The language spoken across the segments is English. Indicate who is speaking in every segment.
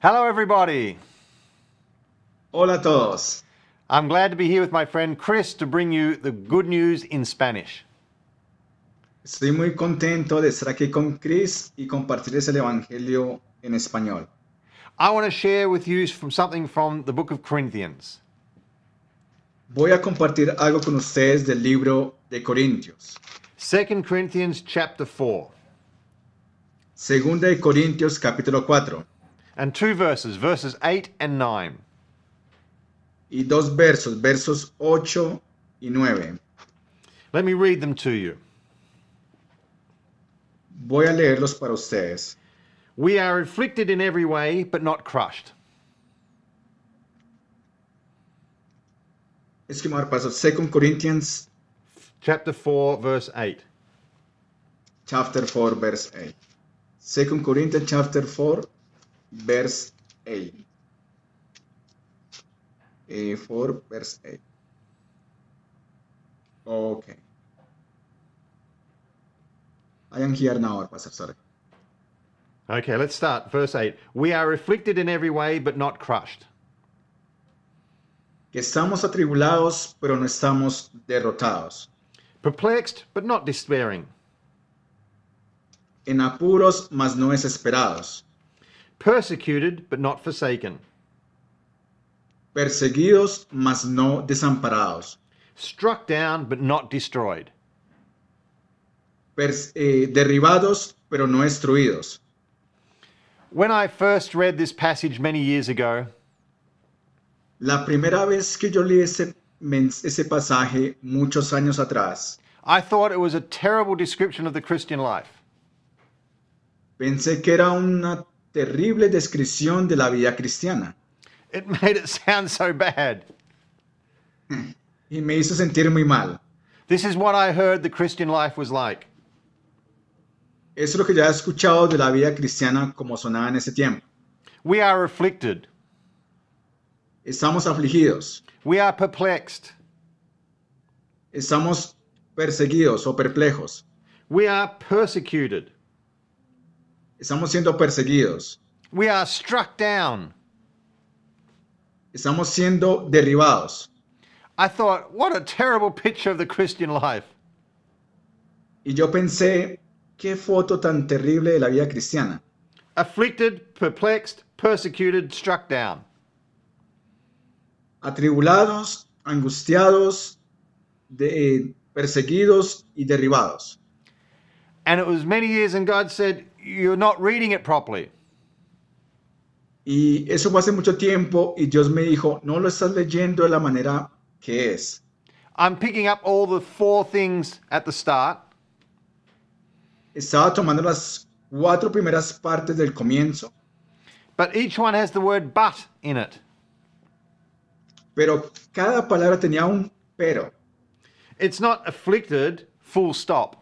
Speaker 1: Hello, everybody.
Speaker 2: Hola a todos.
Speaker 1: I'm glad to be here with my friend Chris to bring you the good news in Spanish.
Speaker 2: Estoy muy contento de estar aquí con Chris y compartirles el Evangelio en español.
Speaker 1: I want to share with you from something from the book of Corinthians.
Speaker 2: Voy a compartir algo con ustedes del libro de Corintios.
Speaker 1: 2 Corinthians chapter 4
Speaker 2: Segunda de Corintios capítulo 4
Speaker 1: and two verses, verses 8 and 9.
Speaker 2: y dos versos, versos 8 y 9.
Speaker 1: Let me read them to you.
Speaker 2: Voy a leerlos para ustedes.
Speaker 1: We are afflicted in every way, but not crushed.
Speaker 2: Es que mar paso 2 Corinthians
Speaker 1: Chapter 4, verse 8.
Speaker 2: chapter 4 verse 8. 2 Corinthians chapter 4 verse 8. Eh, 4 verse 8. Okay. I am here now, Pastor. Sorry.
Speaker 1: Okay, let's start. Verse 8. We are afflicted in every way, but not crushed.
Speaker 2: Que estamos atribulados, pero no estamos derrotados.
Speaker 1: Perplexed, but not despairing.
Speaker 2: En apuros, mas no desesperados.
Speaker 1: Persecuted, but not forsaken.
Speaker 2: perseguidos, mas no desamparados,
Speaker 1: Struck down, but not destroyed.
Speaker 2: pers- eh, derribados, pero no destruidos.
Speaker 1: When I first read this passage many years ago,
Speaker 2: La primera vez que yo leí ese, men- ese pasaje, muchos años atrás,
Speaker 1: I thought it was a terrible description of the Christian life.
Speaker 2: pensé que era una terrible descripción de la vida cristiana
Speaker 1: It made it sound so bad.
Speaker 2: y me hizo sentir muy mal.
Speaker 1: This is what I heard the Christian life was like.
Speaker 2: Eso es lo que ya he escuchado de la vida cristiana como sonaba en ese tiempo.
Speaker 1: We are afflicted.
Speaker 2: Estamos afligidos,
Speaker 1: We are perplexed.
Speaker 2: estamos perseguidos o perplejos,
Speaker 1: We are persecuted.
Speaker 2: estamos siendo perseguidos,
Speaker 1: We are struck down.
Speaker 2: estamos siendo derribados.
Speaker 1: I thought, what a terrible picture of the Christian life.
Speaker 2: Y yo pensé, qué foto tan terrible de la vida cristiana.
Speaker 1: Afflicted, perplexed, persecuted, struck down.
Speaker 2: Atribulados, angustiados, de- eh, perseguidos y derribados.
Speaker 1: And it was many years, and God said, You're not reading it properly.
Speaker 2: Y eso fue hace mucho tiempo y Dios me dijo, no lo estás leyendo de la manera que es.
Speaker 1: I'm picking up all the four things at the start,
Speaker 2: Estaba tomando las cuatro primeras partes del comienzo,
Speaker 1: but each one has the word but in it.
Speaker 2: pero cada palabra tenía un pero.
Speaker 1: It's not afflicted, full stop.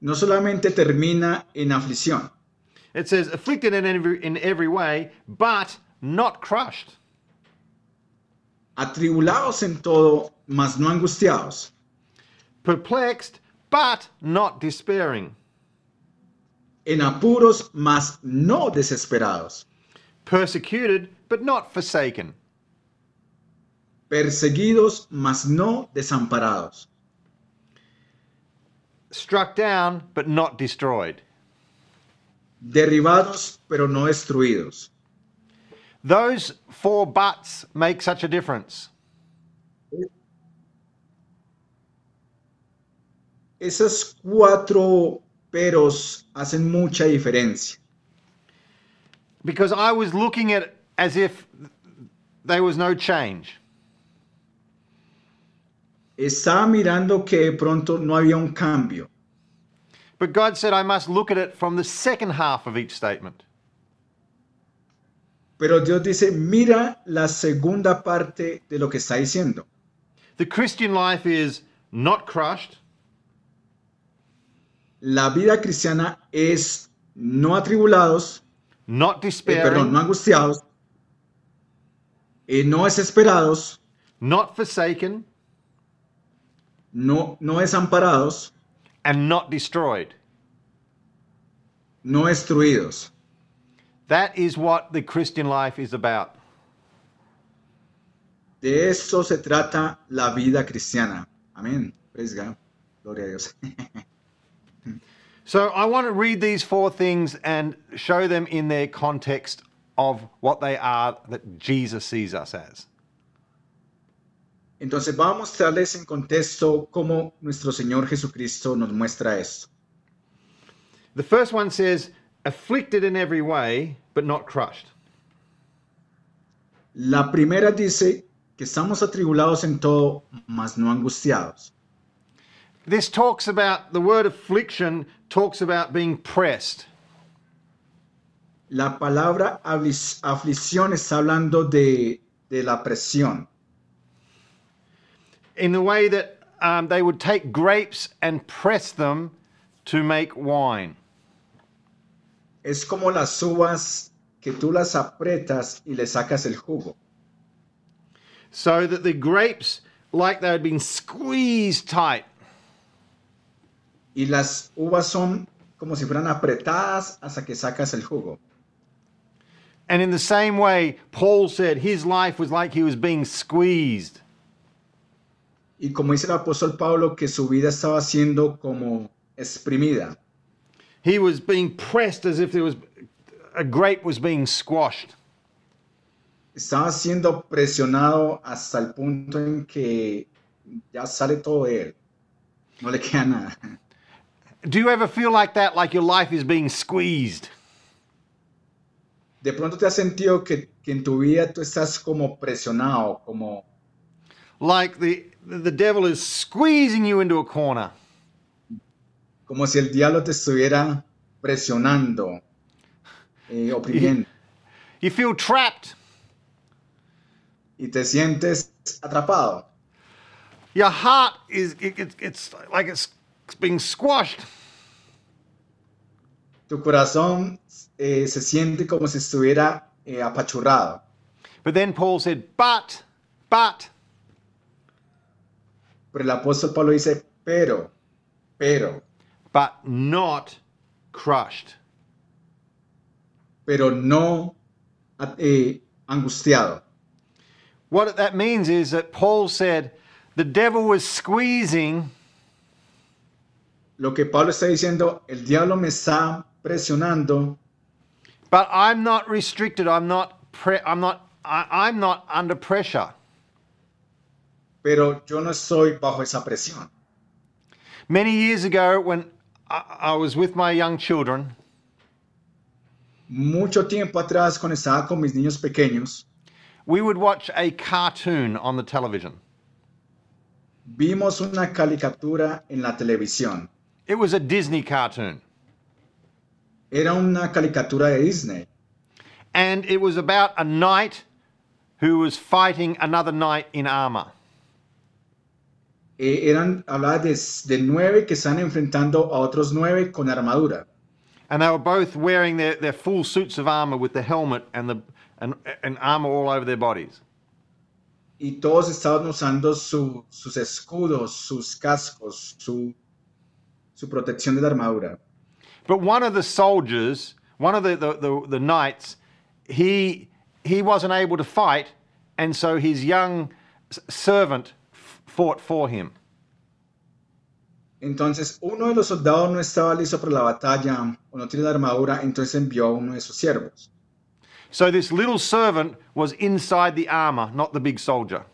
Speaker 2: No solamente termina en aflicción,
Speaker 1: It says afflicted in every, in every way, but not crushed.
Speaker 2: atribulados en todo, mas no angustiados,
Speaker 1: Perplexed, but not despairing.
Speaker 2: en apuros, mas no desesperados.
Speaker 1: Persecuted, but not forsaken.
Speaker 2: perseguidos, mas no desamparados,
Speaker 1: Struck down, but not destroyed.
Speaker 2: derribados, pero no destruidos.
Speaker 1: Those four buts make such a difference.
Speaker 2: Esos cuatro peros hacen mucha diferencia,
Speaker 1: because I was looking at it as if there was no change.
Speaker 2: estaba mirando que de pronto no había un cambio,
Speaker 1: But God said I must look at it from the second half of each statement.
Speaker 2: pero Dios dice, mira la segunda parte de lo que está diciendo.
Speaker 1: The Christian life is not crushed,
Speaker 2: La vida cristiana es no atribulados,
Speaker 1: not
Speaker 2: eh, perdón,
Speaker 1: despairing,
Speaker 2: no angustiados, eh, no desesperados,
Speaker 1: not forsaken,
Speaker 2: no, no desamparados,
Speaker 1: and not destroyed.
Speaker 2: no destruidos.
Speaker 1: That is what the Christian life is about.
Speaker 2: De eso se trata la vida cristiana. Amén. Praise God. Gloria a Dios.
Speaker 1: So I want to read these four things and show them in their context of what they are that Jesus sees us as.
Speaker 2: Entonces va a mostrarles en contexto cómo nuestro Señor Jesucristo nos muestra esto.
Speaker 1: The first one says, afflicted in every way, but not crushed.
Speaker 2: La primera dice que estamos atribulados en todo, mas no angustiados.
Speaker 1: This talks about the word affliction, talks about being pressed.
Speaker 2: La palabra ablis- aflicción está hablando de, de la presión.
Speaker 1: in the way that um, they would take grapes and press them to make wine.
Speaker 2: Es como las uvas que tú las aprietas y le sacas el jugo.
Speaker 1: So that the grapes, like they had been squeezed tight,
Speaker 2: Y las uvas son como si fueran apretadas hasta que sacas el jugo.
Speaker 1: and in the same way, Paul said his life was like he was being squeezed.
Speaker 2: Y como dice el apóstol Pablo, que su vida estaba siendo como exprimida.
Speaker 1: He was being pressed as if there was a grape was being squashed.
Speaker 2: Estaba siendo presionado hasta el punto en que ya sale todo de él. No le queda nada.
Speaker 1: Do you ever feel like that, like your life is being squeezed?
Speaker 2: De pronto te has sentido que, que en tu vida tú estás como presionado, como
Speaker 1: Like the, the devil is squeezing you into a corner.
Speaker 2: como si el diablo te estuviera presionando, eh, oprimiendo,
Speaker 1: You feel trapped.
Speaker 2: y te sientes atrapado.
Speaker 1: your heart is it, it, it's like it's being squashed
Speaker 2: Tu corazón eh, se siente como si estuviera eh, apachurrado.
Speaker 1: but then paul said but but
Speaker 2: Pero el apóstol Pablo dice, pero, pero,
Speaker 1: but not crushed
Speaker 2: pero no eh, angustiado.
Speaker 1: what that means is that paul said the devil was squeezing
Speaker 2: Lo que Pablo está diciendo, el diablo me está presionando,
Speaker 1: but i'm not restricted i'm not pre- i'm not I, i'm not under pressure
Speaker 2: pero yo no estoy bajo esa presión.
Speaker 1: many years ago when I, I was with my young children
Speaker 2: Mucho tiempo atrás, cuando estaba con mis niños pequeños,
Speaker 1: we would watch a cartoon on the television
Speaker 2: vimos una caricatura en la televisión.
Speaker 1: it was a disney cartoon
Speaker 2: Era una caricatura de Disney
Speaker 1: and it was about a knight who was fighting another knight in armor.
Speaker 2: Eh, eran, hablaba de, de nueve que están enfrentando a otros nueve con armadura.
Speaker 1: And they were both wearing their, their full suits of armor with the helmet and, the, and, and armor all over their bodies.
Speaker 2: Y todos estaban usando su- sus escudos, sus cascos, su, su protección de la armadura.
Speaker 1: But one of the soldiers, one of the, the, the, the knights, he, he wasn't able to fight, and so his young s- servant f- fought for him.
Speaker 2: Entonces uno de los soldados no estaba listo para la batalla o no tiene la armadura, entonces envió a uno de sus siervos.
Speaker 1: So this little servant was inside the armor, not the big soldier.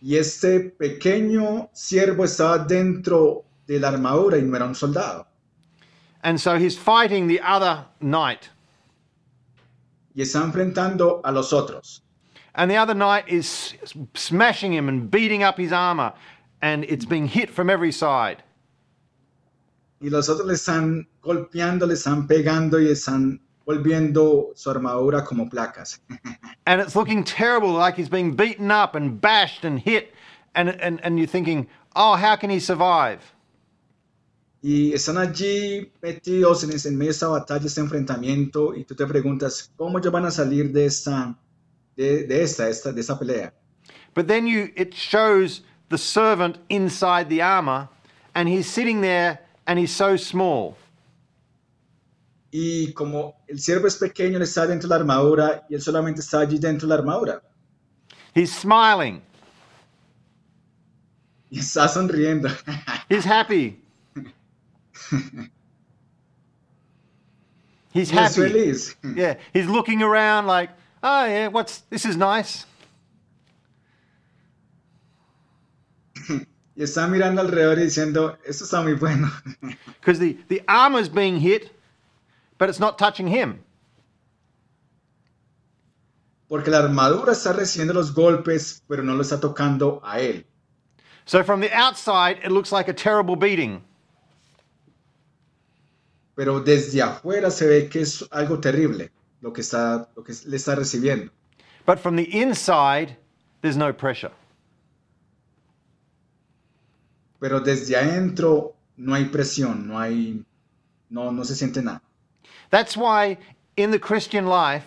Speaker 2: Y este pequeño siervo estaba dentro de la armadura y no era un soldado.
Speaker 1: And so he's fighting the other knight.
Speaker 2: Y está enfrentando a los otros.
Speaker 1: and the other knight is s- smashing him and beating up his armor, and it's being hit from every side.
Speaker 2: Y los otros le están golpeando, le están pegando y están volviendo su armadura como placas.
Speaker 1: And it's looking terrible, like he's being beaten up and bashed and hit, and, and, and you're thinking, oh, how can he survive?
Speaker 2: Y están allí metidos en, ese- en medio de esta batalla, este enfrentamiento, y tú te preguntas, ¿cómo ellos van a salir de esta, de, de esta, esta, de esta pelea?
Speaker 1: But then you, it shows the servant inside the armor, and he's sitting there, and he's so small.
Speaker 2: Y como el siervo es pequeño, él está dentro de la armadura y él solamente está allí dentro de la armadura.
Speaker 1: He's smiling.
Speaker 2: Y está sonriendo.
Speaker 1: He's happy. He's
Speaker 2: Y es
Speaker 1: happy.
Speaker 2: feliz.
Speaker 1: Yeah, he's looking around like, oh yeah, what's this is nice.
Speaker 2: Y está mirando alrededor y diciendo, esto está muy bueno.
Speaker 1: Because the, the armor's being hit, but it's not touching him.
Speaker 2: Porque la armadura está recibiendo los golpes, pero no lo está tocando a él.
Speaker 1: So from the outside, it looks like a terrible beating.
Speaker 2: Pero desde afuera se ve que es algo terrible lo que, está, lo que le está recibiendo.
Speaker 1: But from the inside, there's no pressure.
Speaker 2: Pero desde adentro no hay presión, no hay, no, no se siente nada.
Speaker 1: That's why in the Christian life,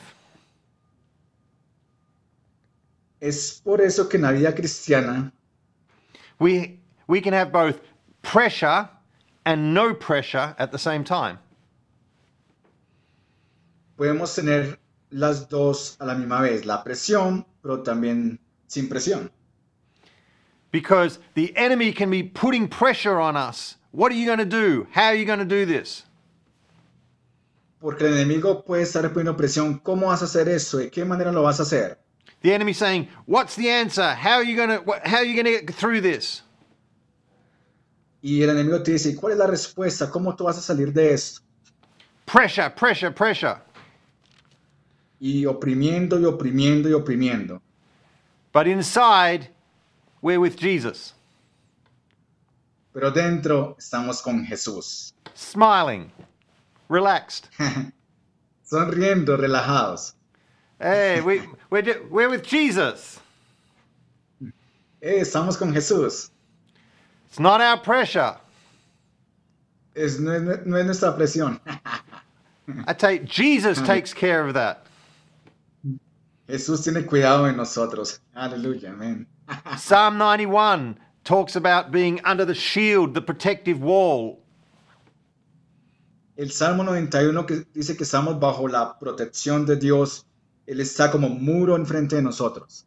Speaker 2: Es por eso que en la vida cristiana
Speaker 1: we, we can have both pressure and no pressure at the same time.
Speaker 2: podemos tener las dos a la misma vez, la presión, pero también sin presión.
Speaker 1: Because the enemy can be putting pressure on us. What are you going to do? How are you going to do this?
Speaker 2: Porque el enemigo puede estar poniendo presión. ¿Cómo vas a hacer eso? ¿De qué manera lo vas a hacer?
Speaker 1: The enemy saying, "What's the answer? How are you going to how are you going to get through this?"
Speaker 2: Y el enemigo te dice, ¿cuál es la respuesta? ¿Cómo tú vas a salir de esto?
Speaker 1: Pressure, pressure, pressure.
Speaker 2: Y oprimiendo y oprimiendo y oprimiendo.
Speaker 1: But inside, we're with Jesus,
Speaker 2: Pero dentro estamos con Jesús,
Speaker 1: smiling, relaxed.
Speaker 2: sonriendo, relajados.
Speaker 1: Hey, we we're, ju- we're with Jesus.
Speaker 2: Eh, estamos con Jesús.
Speaker 1: It's not our pressure.
Speaker 2: Es, no, es, no es nuestra presión.
Speaker 1: I take Jesus takes care of that.
Speaker 2: Jesús tiene cuidado de nosotros. Aleluya, amén.
Speaker 1: Psalm 91 talks about being under the shield, the protective wall.
Speaker 2: El Salmo 91 que dice que estamos bajo la protección de Dios. Él está como muro enfrente de nosotros.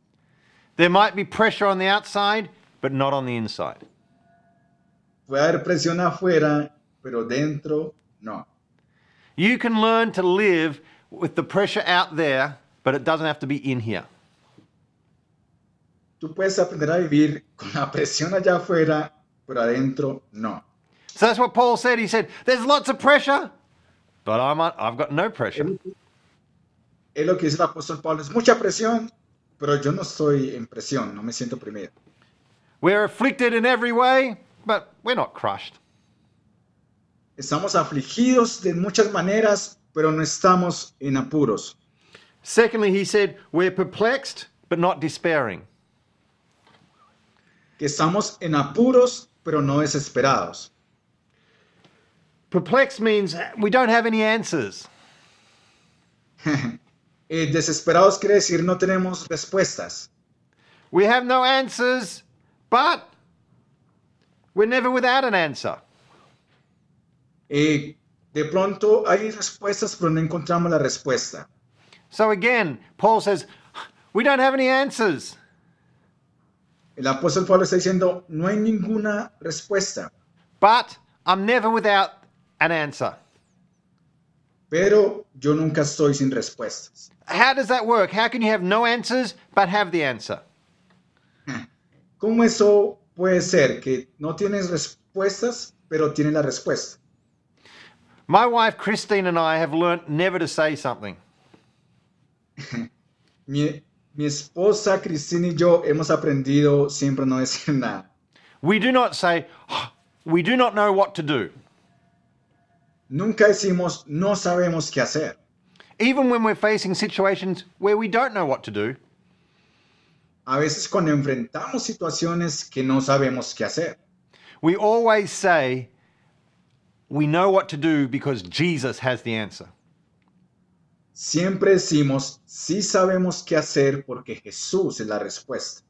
Speaker 1: There might be pressure on the outside, but not on the inside.
Speaker 2: Puede haber presión afuera, pero dentro no.
Speaker 1: You can learn to live with the pressure out there, but it doesn't have to be in here.
Speaker 2: Tú puedes aprender a vivir con la presión allá afuera, pero adentro no.
Speaker 1: So that's what Paul said. He said, There's lots of pressure, but I'm on, I've got no pressure.
Speaker 2: Es lo que dice el apóstol Pablo, es mucha presión, pero yo no estoy en presión, no me siento oprimido.
Speaker 1: We're afflicted in every way, but we're not crushed.
Speaker 2: Estamos afligidos de muchas maneras, pero no estamos en apuros.
Speaker 1: Secondly, he said, We're perplexed, but not despairing.
Speaker 2: Que estamos en apuros, pero no desesperados.
Speaker 1: Perplexed means we don't have any answers.
Speaker 2: Eh, desesperados quiere decir no tenemos respuestas.
Speaker 1: We have no answers, but we're never without an answer.
Speaker 2: Eh, de pronto hay respuestas, pero no encontramos la respuesta.
Speaker 1: So again, Paul says, We don't have any answers,
Speaker 2: El apóstol Pablo está diciendo, no hay ninguna respuesta,
Speaker 1: but I'm never without an answer.
Speaker 2: pero yo nunca estoy sin respuestas.
Speaker 1: How does that work? How can you have no answers but have the answer?
Speaker 2: ¿Cómo eso puede ser? Que no tienes respuestas, pero tienes la respuesta.
Speaker 1: My wife Christine and I have learnt never to say something.
Speaker 2: Mi, mi esposa Cristina y yo hemos aprendido siempre a no decir nada.
Speaker 1: We do not say, "Oh, we do not know what to do.
Speaker 2: Nunca decimos, no sabemos qué hacer.
Speaker 1: Even when we're facing situations where we don't know what to do,
Speaker 2: A veces cuando enfrentamos situaciones que no sabemos qué hacer,
Speaker 1: we always say, we know what to do because Jesus has the answer.
Speaker 2: siempre decimos, sí sabemos qué hacer porque Jesús es la respuesta.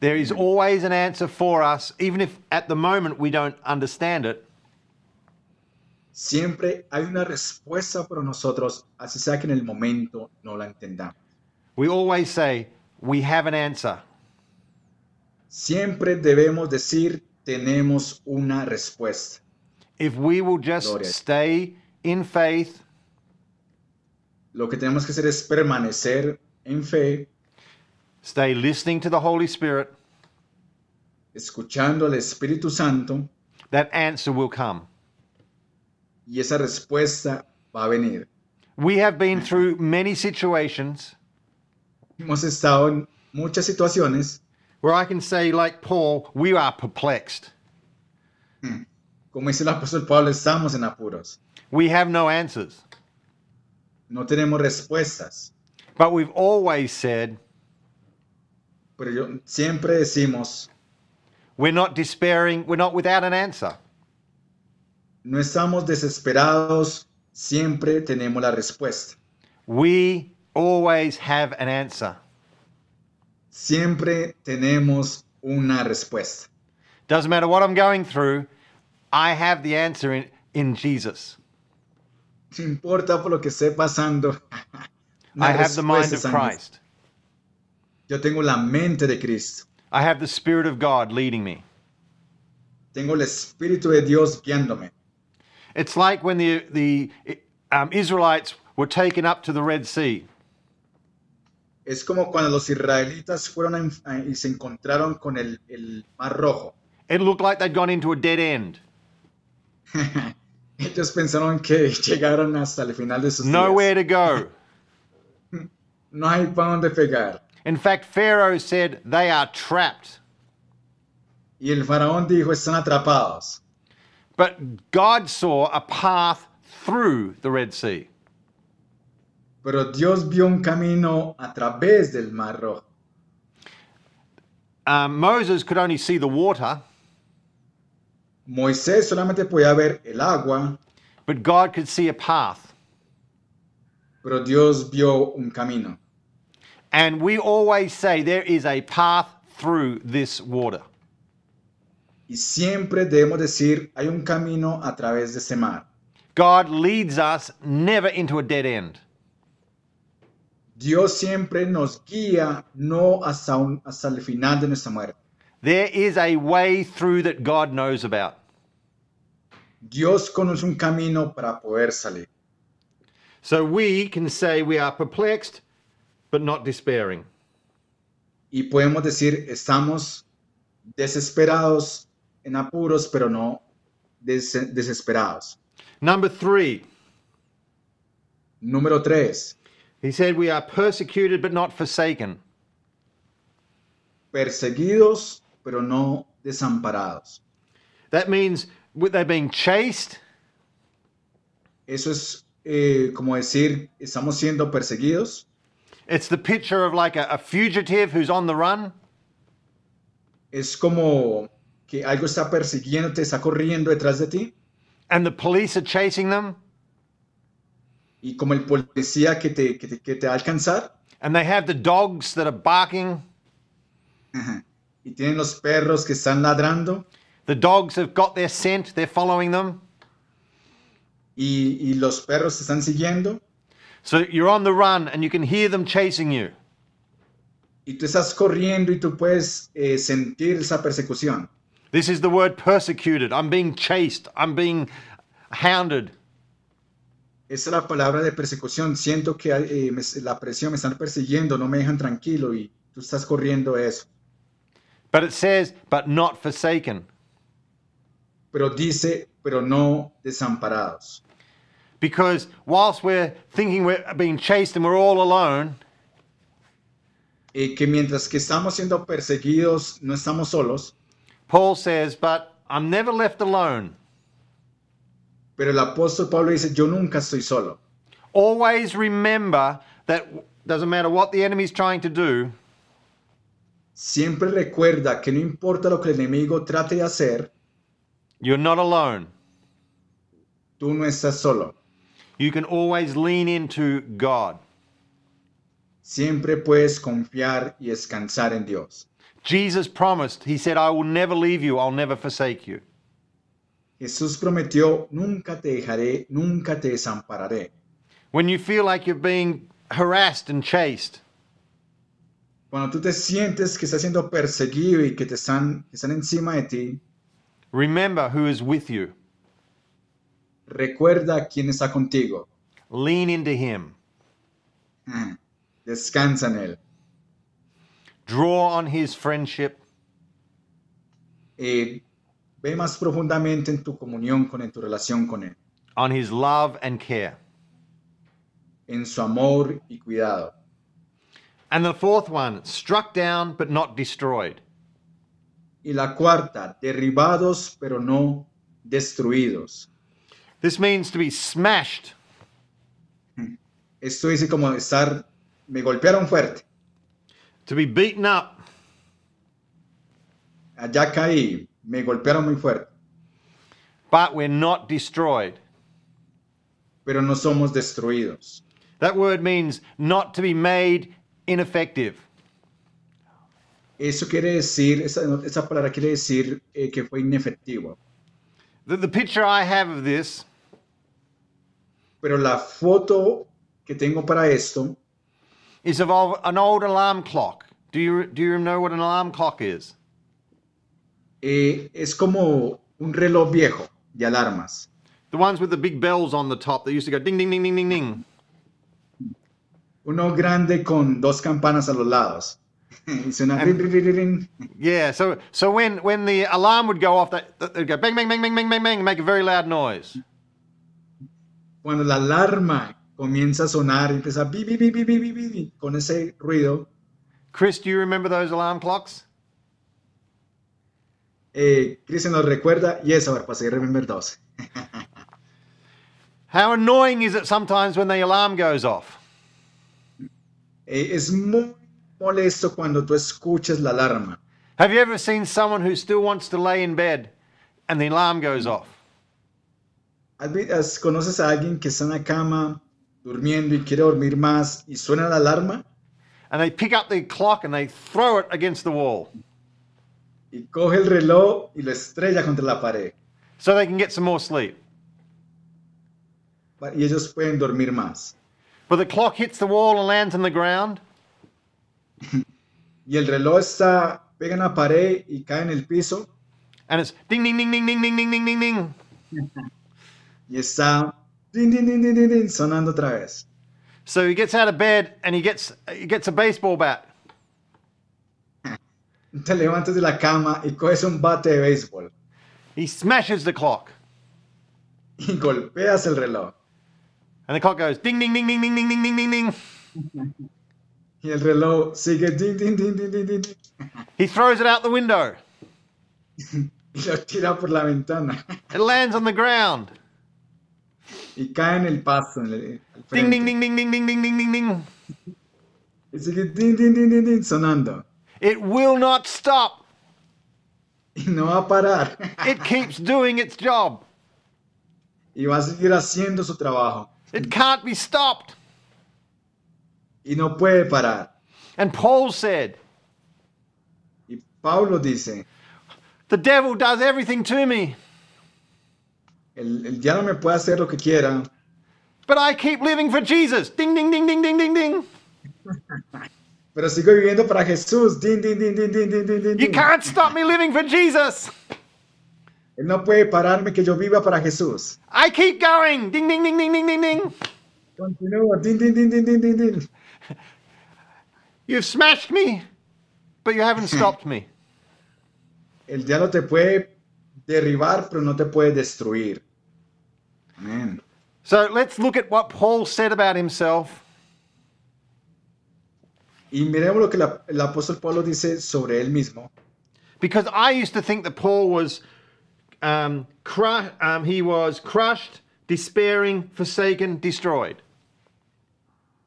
Speaker 1: There is always an answer for us, even if at the moment we don't understand it.
Speaker 2: Siempre hay una respuesta para nosotros, así sea que en el momento no la entendamos.
Speaker 1: We always say, we have an answer.
Speaker 2: Siempre debemos decir, tenemos una respuesta.
Speaker 1: If we will just
Speaker 2: Gloria.
Speaker 1: stay in faith,
Speaker 2: Lo que tenemos que hacer es permanecer en fe,
Speaker 1: stay listening to the Holy Spirit,
Speaker 2: escuchando al Espíritu Santo,
Speaker 1: that answer will come.
Speaker 2: y esa respuesta va a venir.
Speaker 1: We have been through many situations
Speaker 2: Hemos estado en muchas situaciones,
Speaker 1: where I can say, like Paul, we are perplexed.
Speaker 2: como dice el apóstol Pablo, estamos en apuros.
Speaker 1: We have no answers.
Speaker 2: No tenemos respuestas,
Speaker 1: But we've always said,
Speaker 2: pero yo, siempre decimos,
Speaker 1: we're not despairing, we're not without an answer.
Speaker 2: no estamos desesperados, siempre tenemos la respuesta.
Speaker 1: We always have an answer.
Speaker 2: Siempre tenemos una respuesta.
Speaker 1: Doesn't matter what I'm going through, I have the answer in, in Jesus.
Speaker 2: No importa por lo que esté pasando. una
Speaker 1: I have the mind
Speaker 2: respuesta
Speaker 1: of
Speaker 2: está en mí.
Speaker 1: Christ.
Speaker 2: Yo tengo la mente de Cristo.
Speaker 1: I have the Spirit of God leading me.
Speaker 2: Tengo el Espíritu de Dios guiándome.
Speaker 1: It's like when the, the um, Israelites were taken up to the Red Sea.
Speaker 2: Es como cuando los israelitas fueron a enf- a- y se encontraron con el, el Mar Rojo.
Speaker 1: It looked like they'd gone into a dead end.
Speaker 2: Ellos pensaron que llegaron hasta el final de sus
Speaker 1: Nowhere
Speaker 2: días.
Speaker 1: to go.
Speaker 2: No hay para dónde pegar.
Speaker 1: In fact, Pharaoh said, They are trapped.
Speaker 2: Y el faraón dijo, están atrapados.
Speaker 1: But God saw a path through the Red Sea.
Speaker 2: Pero Dios vio un camino a través del Mar Rojo.
Speaker 1: Um, Moses could only see the water,
Speaker 2: Moisés solamente podía ver el agua,
Speaker 1: but God could see a path.
Speaker 2: pero Dios vio un camino.
Speaker 1: And we always say there is a path through this water.
Speaker 2: Y siempre debemos decir, hay un camino a través de ese mar.
Speaker 1: God leads us never into a dead end.
Speaker 2: Dios siempre nos guía, no hasta, un- hasta el final de nuestra muerte.
Speaker 1: There is a way through that God knows about.
Speaker 2: Dios conoce un camino para poder salir.
Speaker 1: So we can say we are perplexed, but not despairing.
Speaker 2: Y podemos decir, estamos desesperados, en apuros, pero no des- desesperados.
Speaker 1: Number three,
Speaker 2: Número tres,
Speaker 1: he said we are persecuted, but not forsaken.
Speaker 2: perseguidos, pero no desamparados.
Speaker 1: That means they're being chased,
Speaker 2: Eso es eh, como decir, estamos siendo perseguidos.
Speaker 1: It's the picture of like a, a fugitive who's on the run.
Speaker 2: Es como que algo está persiguiéndote, está corriendo detrás de ti.
Speaker 1: and the police are chasing them
Speaker 2: Y como el policía que te, que te- que te va a alcanzar.
Speaker 1: and they have the dogs that are barking.
Speaker 2: Y tienen los perros que están ladrando.
Speaker 1: The dogs have got their scent, they're following them.
Speaker 2: y, y los perros te están siguiendo
Speaker 1: So you're on the run and you can hear them chasing you.
Speaker 2: y tú estás corriendo y tú puedes eh, sentir esa persecución.
Speaker 1: This is the word persecuted. I'm being chased, I'm being hounded.
Speaker 2: Esa es la palabra de persecución. Siento que eh, me- la presión me están persiguiendo, no me dejan tranquilo y tú estás corriendo eso.
Speaker 1: But it says, but not forsaken.
Speaker 2: Pero dice, pero no desamparados.
Speaker 1: Because whilst we're thinking we're being chased and we're all alone,
Speaker 2: Eh, que mientras que estamos siendo perseguidos, no estamos solos,
Speaker 1: Paul says, but I'm never left alone.
Speaker 2: pero el apóstol Pablo dice, yo nunca estoy solo.
Speaker 1: Always remember that doesn't matter what the enemy's trying to do,
Speaker 2: Siempre recuerda que no importa lo que el enemigo trate de hacer,
Speaker 1: You're not alone.
Speaker 2: tú no estás solo.
Speaker 1: You can always lean into God.
Speaker 2: Siempre puedes confiar y descansar en Dios.
Speaker 1: Jesus promised, He said, I will never leave you, I'll never forsake you.
Speaker 2: Jesús prometió, nunca te dejaré, nunca te desampararé.
Speaker 1: When you feel like you're being harassed and chased,
Speaker 2: Cuando tú te sientes que estás siendo perseguido y que te están, que están encima de ti,
Speaker 1: remember who is with you.
Speaker 2: recuerda quién está contigo.
Speaker 1: Lean into him.
Speaker 2: Ah, Descansa en él.
Speaker 1: Draw on his friendship.
Speaker 2: Eh, ve más profundamente en tu comunión con él, en tu relación con él,
Speaker 1: on his love and care.
Speaker 2: en su amor y cuidado.
Speaker 1: And the fourth one, struck down but not destroyed.
Speaker 2: Y la cuarta, derribados pero no destruidos.
Speaker 1: This means to be smashed,
Speaker 2: Esto dice como estar, me golpearon fuerte,
Speaker 1: to be beaten up,
Speaker 2: allá caí, me golpearon muy fuerte,
Speaker 1: but we're not destroyed.
Speaker 2: pero no somos destruidos.
Speaker 1: That word means not to be made ineffective.
Speaker 2: Eso quiere decir, esa, esa palabra quiere decir eh, que fue inefectivo.
Speaker 1: The, the picture I have of this
Speaker 2: Pero la foto que tengo para esto
Speaker 1: is of al- an old alarm clock. Do you, do you know what an alarm clock is?
Speaker 2: eh, es como un reloj viejo de alarmas.
Speaker 1: The ones with the big bells on the top that used to go ding, ding, ding, ding, ding, ding.
Speaker 2: Uno grande con dos campanas a los lados. y suena rin, rin, rin, rin, rin.
Speaker 1: Yeah, so, so when, when the alarm would go off, that, that- they'd go bang, bang, bang, bang, bang, bang, bang, and make a very loud noise.
Speaker 2: Cuando la alarma comienza a sonar, empieza bi, bi, bi, bi, bi, bi, bi, bi, con ese ruido.
Speaker 1: Chris, do you remember those alarm clocks?
Speaker 2: Eh, Cristian nos recuerda, y eso, a ver, pasé Remember 12.
Speaker 1: How annoying is it sometimes when the alarm goes off?
Speaker 2: Eh, es muy molesto cuando tú escuchas la alarma.
Speaker 1: Have you ever seen someone who still wants to lay in bed and the alarm goes off?
Speaker 2: ¿Has vi- has- ¿Conoces a alguien que está en la cama durmiendo y quiere dormir más y suena la alarma?
Speaker 1: And they pick up the clock and they throw it against the wall
Speaker 2: Y coge el reloj y lo estrella contra la pared.
Speaker 1: so they can get some more sleep.
Speaker 2: pa- Y ellos pueden dormir más.
Speaker 1: But the clock hits the wall and lands on the ground,
Speaker 2: Y el reloj está, pega en la pared y cae en el piso
Speaker 1: and it's ding, ding, ding, ding, ding, ding, ding, ding, ding, ding.
Speaker 2: y está din, din, din, din, din, din, sonando otra vez.
Speaker 1: So he gets out of bed and he gets he gets a baseball bat
Speaker 2: Te levantas de la cama y coges un bate de béisbol
Speaker 1: He smashes the clock,
Speaker 2: y golpeas el reloj.
Speaker 1: and the clock goes ding, ding, ding, ding, ding, ding, ding, ding, ding, ding.
Speaker 2: Y el reloj sigue din, din, din, din, din, din, din,
Speaker 1: He throws it out the window.
Speaker 2: y lo tira por la ventana
Speaker 1: It lands on the ground.
Speaker 2: y cae en el pasto. en el- eh, al
Speaker 1: Ding, ding,
Speaker 2: frente.
Speaker 1: ding, ding, ding, ding, ding, ding, ding, ding.
Speaker 2: Y sigue din, din, din, din, din, sonando.
Speaker 1: It will not stop.
Speaker 2: Y no va a parar.
Speaker 1: It keeps doing its job.
Speaker 2: Y va a seguir haciendo su trabajo.
Speaker 1: It can't be stopped.
Speaker 2: Y no puede parar.
Speaker 1: And Paul said,
Speaker 2: Y Pablo dice,
Speaker 1: The devil does everything to me,
Speaker 2: el, el diablo me puede hacer lo que quiera,
Speaker 1: but I keep living for Jesus. Ding, ding, ding, ding, ding, ding, ding.
Speaker 2: pero sigo viviendo para Jesús. Din, din, din, din, din, din, din, din,
Speaker 1: You
Speaker 2: din.
Speaker 1: can't stop me living for Jesus.
Speaker 2: Él no puede pararme que yo viva para Jesús.
Speaker 1: I keep going. Ding, ding, ding, ding, ding, ding, ding.
Speaker 2: Continúo. Din, din, din, din, din, din, din.
Speaker 1: You've smashed me, but you haven't stopped me.
Speaker 2: El diablo te puede derribar, pero no te puede destruir. Amén.
Speaker 1: So let's look at what Paul said about himself
Speaker 2: Y miremos lo que la- el apóstol Pablo dice sobre él mismo.
Speaker 1: because I used to think that Paul was um, cru- um, he was crushed, despairing, forsaken, destroyed.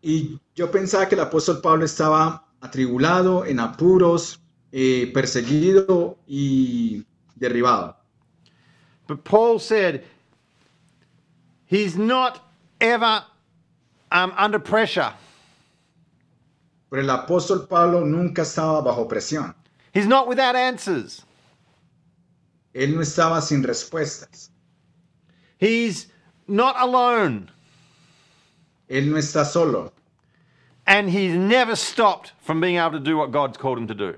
Speaker 2: Y yo pensaba que el apóstol Pablo estaba atribulado, en apuros, eh, perseguido y derribado.
Speaker 1: But Paul said he's not ever um, under pressure.
Speaker 2: Pero el apóstol Pablo nunca estaba bajo presión.
Speaker 1: He's not without answers.
Speaker 2: Él no estaba sin respuestas.
Speaker 1: He's not alone.
Speaker 2: Él no está solo
Speaker 1: And he's never stopped from being able to do what God's called him to do.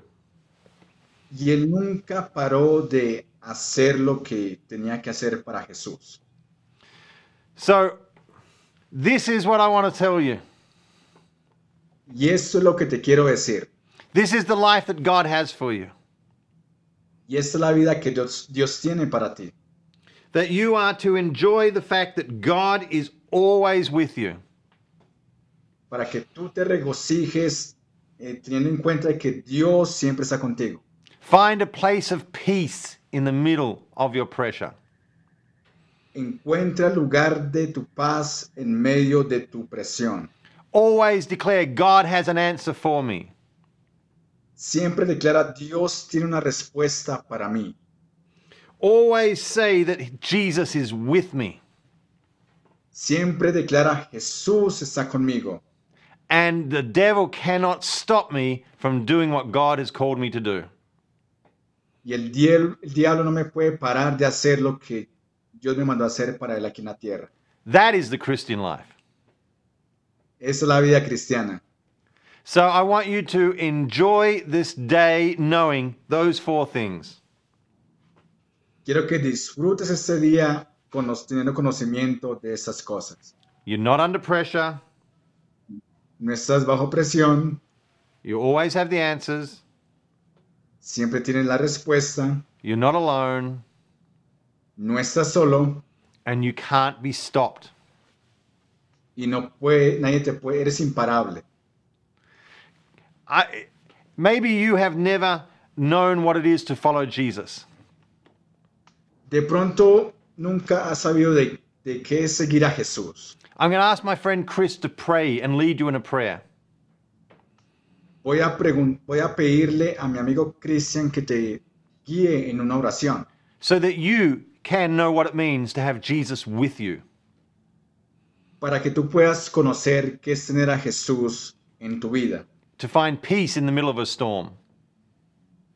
Speaker 2: y él nunca paró de hacer lo que tenía que hacer para Jesús.
Speaker 1: So, this is what I want to tell you.
Speaker 2: Y eso es lo que te quiero decir.
Speaker 1: This is the life that God has for you.
Speaker 2: Y esta es la vida que Dios, Dios tiene para ti.
Speaker 1: That you are to enjoy the fact that God is always with you.
Speaker 2: para que tú te regocijes eh, teniendo en cuenta que Dios siempre está contigo.
Speaker 1: Find a place of peace in the middle of your pressure.
Speaker 2: Encuentra lugar de tu paz en medio de tu presión.
Speaker 1: Always declare, God has an answer for me.
Speaker 2: Siempre declara, Dios tiene una respuesta para mí.
Speaker 1: Always say that Jesus is with me.
Speaker 2: Siempre declara, Jesús está conmigo.
Speaker 1: And the devil cannot stop me from doing what God has called me to do.
Speaker 2: Y el, diel- el diablo no me puede parar de hacer lo que Dios me mandó a hacer para él aquí en la tierra.
Speaker 1: That is the Christian life.
Speaker 2: Esa es la vida cristiana.
Speaker 1: So I want you to enjoy this day knowing those four things.
Speaker 2: Quiero que disfrutes este día con los- teniendo conocimiento de esas cosas.
Speaker 1: You're not under pressure,
Speaker 2: No estás bajo presión,
Speaker 1: you always have the answers,
Speaker 2: siempre tienes la respuesta,
Speaker 1: you're not alone,
Speaker 2: no estás solo
Speaker 1: and you can't be stopped.
Speaker 2: y no puede, nadie te puede, eres imparable.
Speaker 1: I, maybe you have never known what it is to follow Jesus.
Speaker 2: De pronto nunca has sabido de, de qué es seguir a Jesús.
Speaker 1: I'm going to ask my friend Chris to pray and lead you in a prayer.
Speaker 2: Voy a, pregun- voy a pedirle a mi amigo Cristian que te guíe en una oración
Speaker 1: so that you can know what it means to have Jesus with you.
Speaker 2: para que tú puedas conocer qué es tener a Jesús en tu vida,
Speaker 1: To find peace in the middle of a storm,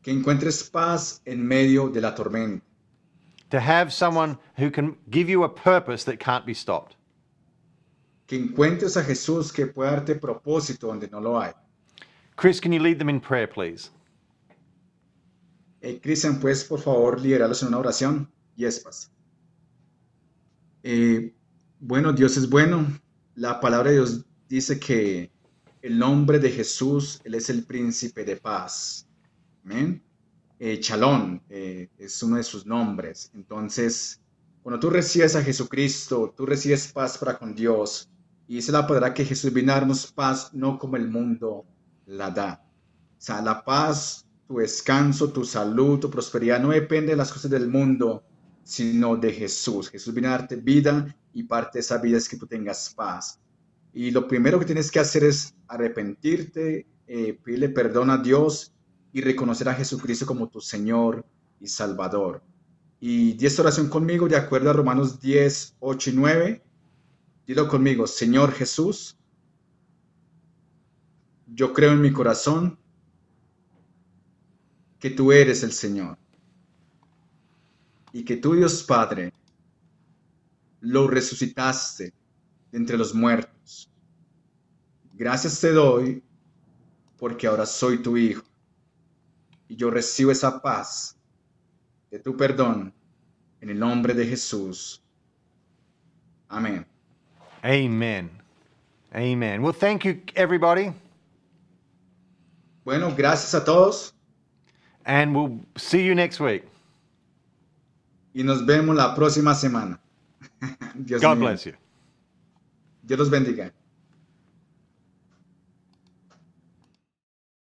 Speaker 2: que encuentres paz en medio de la tormenta,
Speaker 1: to have someone who can give you a purpose that can't be stopped.
Speaker 2: que encuentres a Jesús que pueda darte propósito donde no lo hay.
Speaker 1: Chris, can you lead them in prayer, please?
Speaker 2: Eh, Cristian, puedes por favor liderarlos en una oración. Yes, Pastor. Eh, bueno, Dios es bueno. La palabra de Dios dice que el nombre de Jesús, Él es el príncipe de paz. Amén. Eh, Chalón eh, es uno de sus nombres. Entonces, cuando tú recibes a Jesucristo, tú recibes paz para con Dios. Y dice la palabra que Jesús vino a darnos paz, no como el mundo la da. O sea, la paz, tu descanso, tu salud, tu prosperidad no depende de las cosas del mundo, sino de Jesús. Jesús viene a darte vida y parte de esa vida es que tú tengas paz. Y lo primero que tienes que hacer es arrepentirte, eh, pedirle perdón a Dios y reconocer a Jesucristo como tu Señor y Salvador. Y di esta oración conmigo de acuerdo a Romanos 10, 8 y 9. Dilo conmigo, Señor Jesús, yo creo en mi corazón que tú eres el Señor y que tú, Dios Padre, lo resucitaste de entre los muertos. Gracias te doy porque ahora soy tu Hijo y yo recibo esa paz de tu perdón en el nombre de Jesús. Amén.
Speaker 1: Amen. Amen. Well, thank you, everybody,
Speaker 2: Bueno, gracias a todos
Speaker 1: and we'll see you next week.
Speaker 2: y nos vemos la próxima semana. Dios
Speaker 1: God
Speaker 2: mío.
Speaker 1: bless you.
Speaker 2: Dios los bendiga.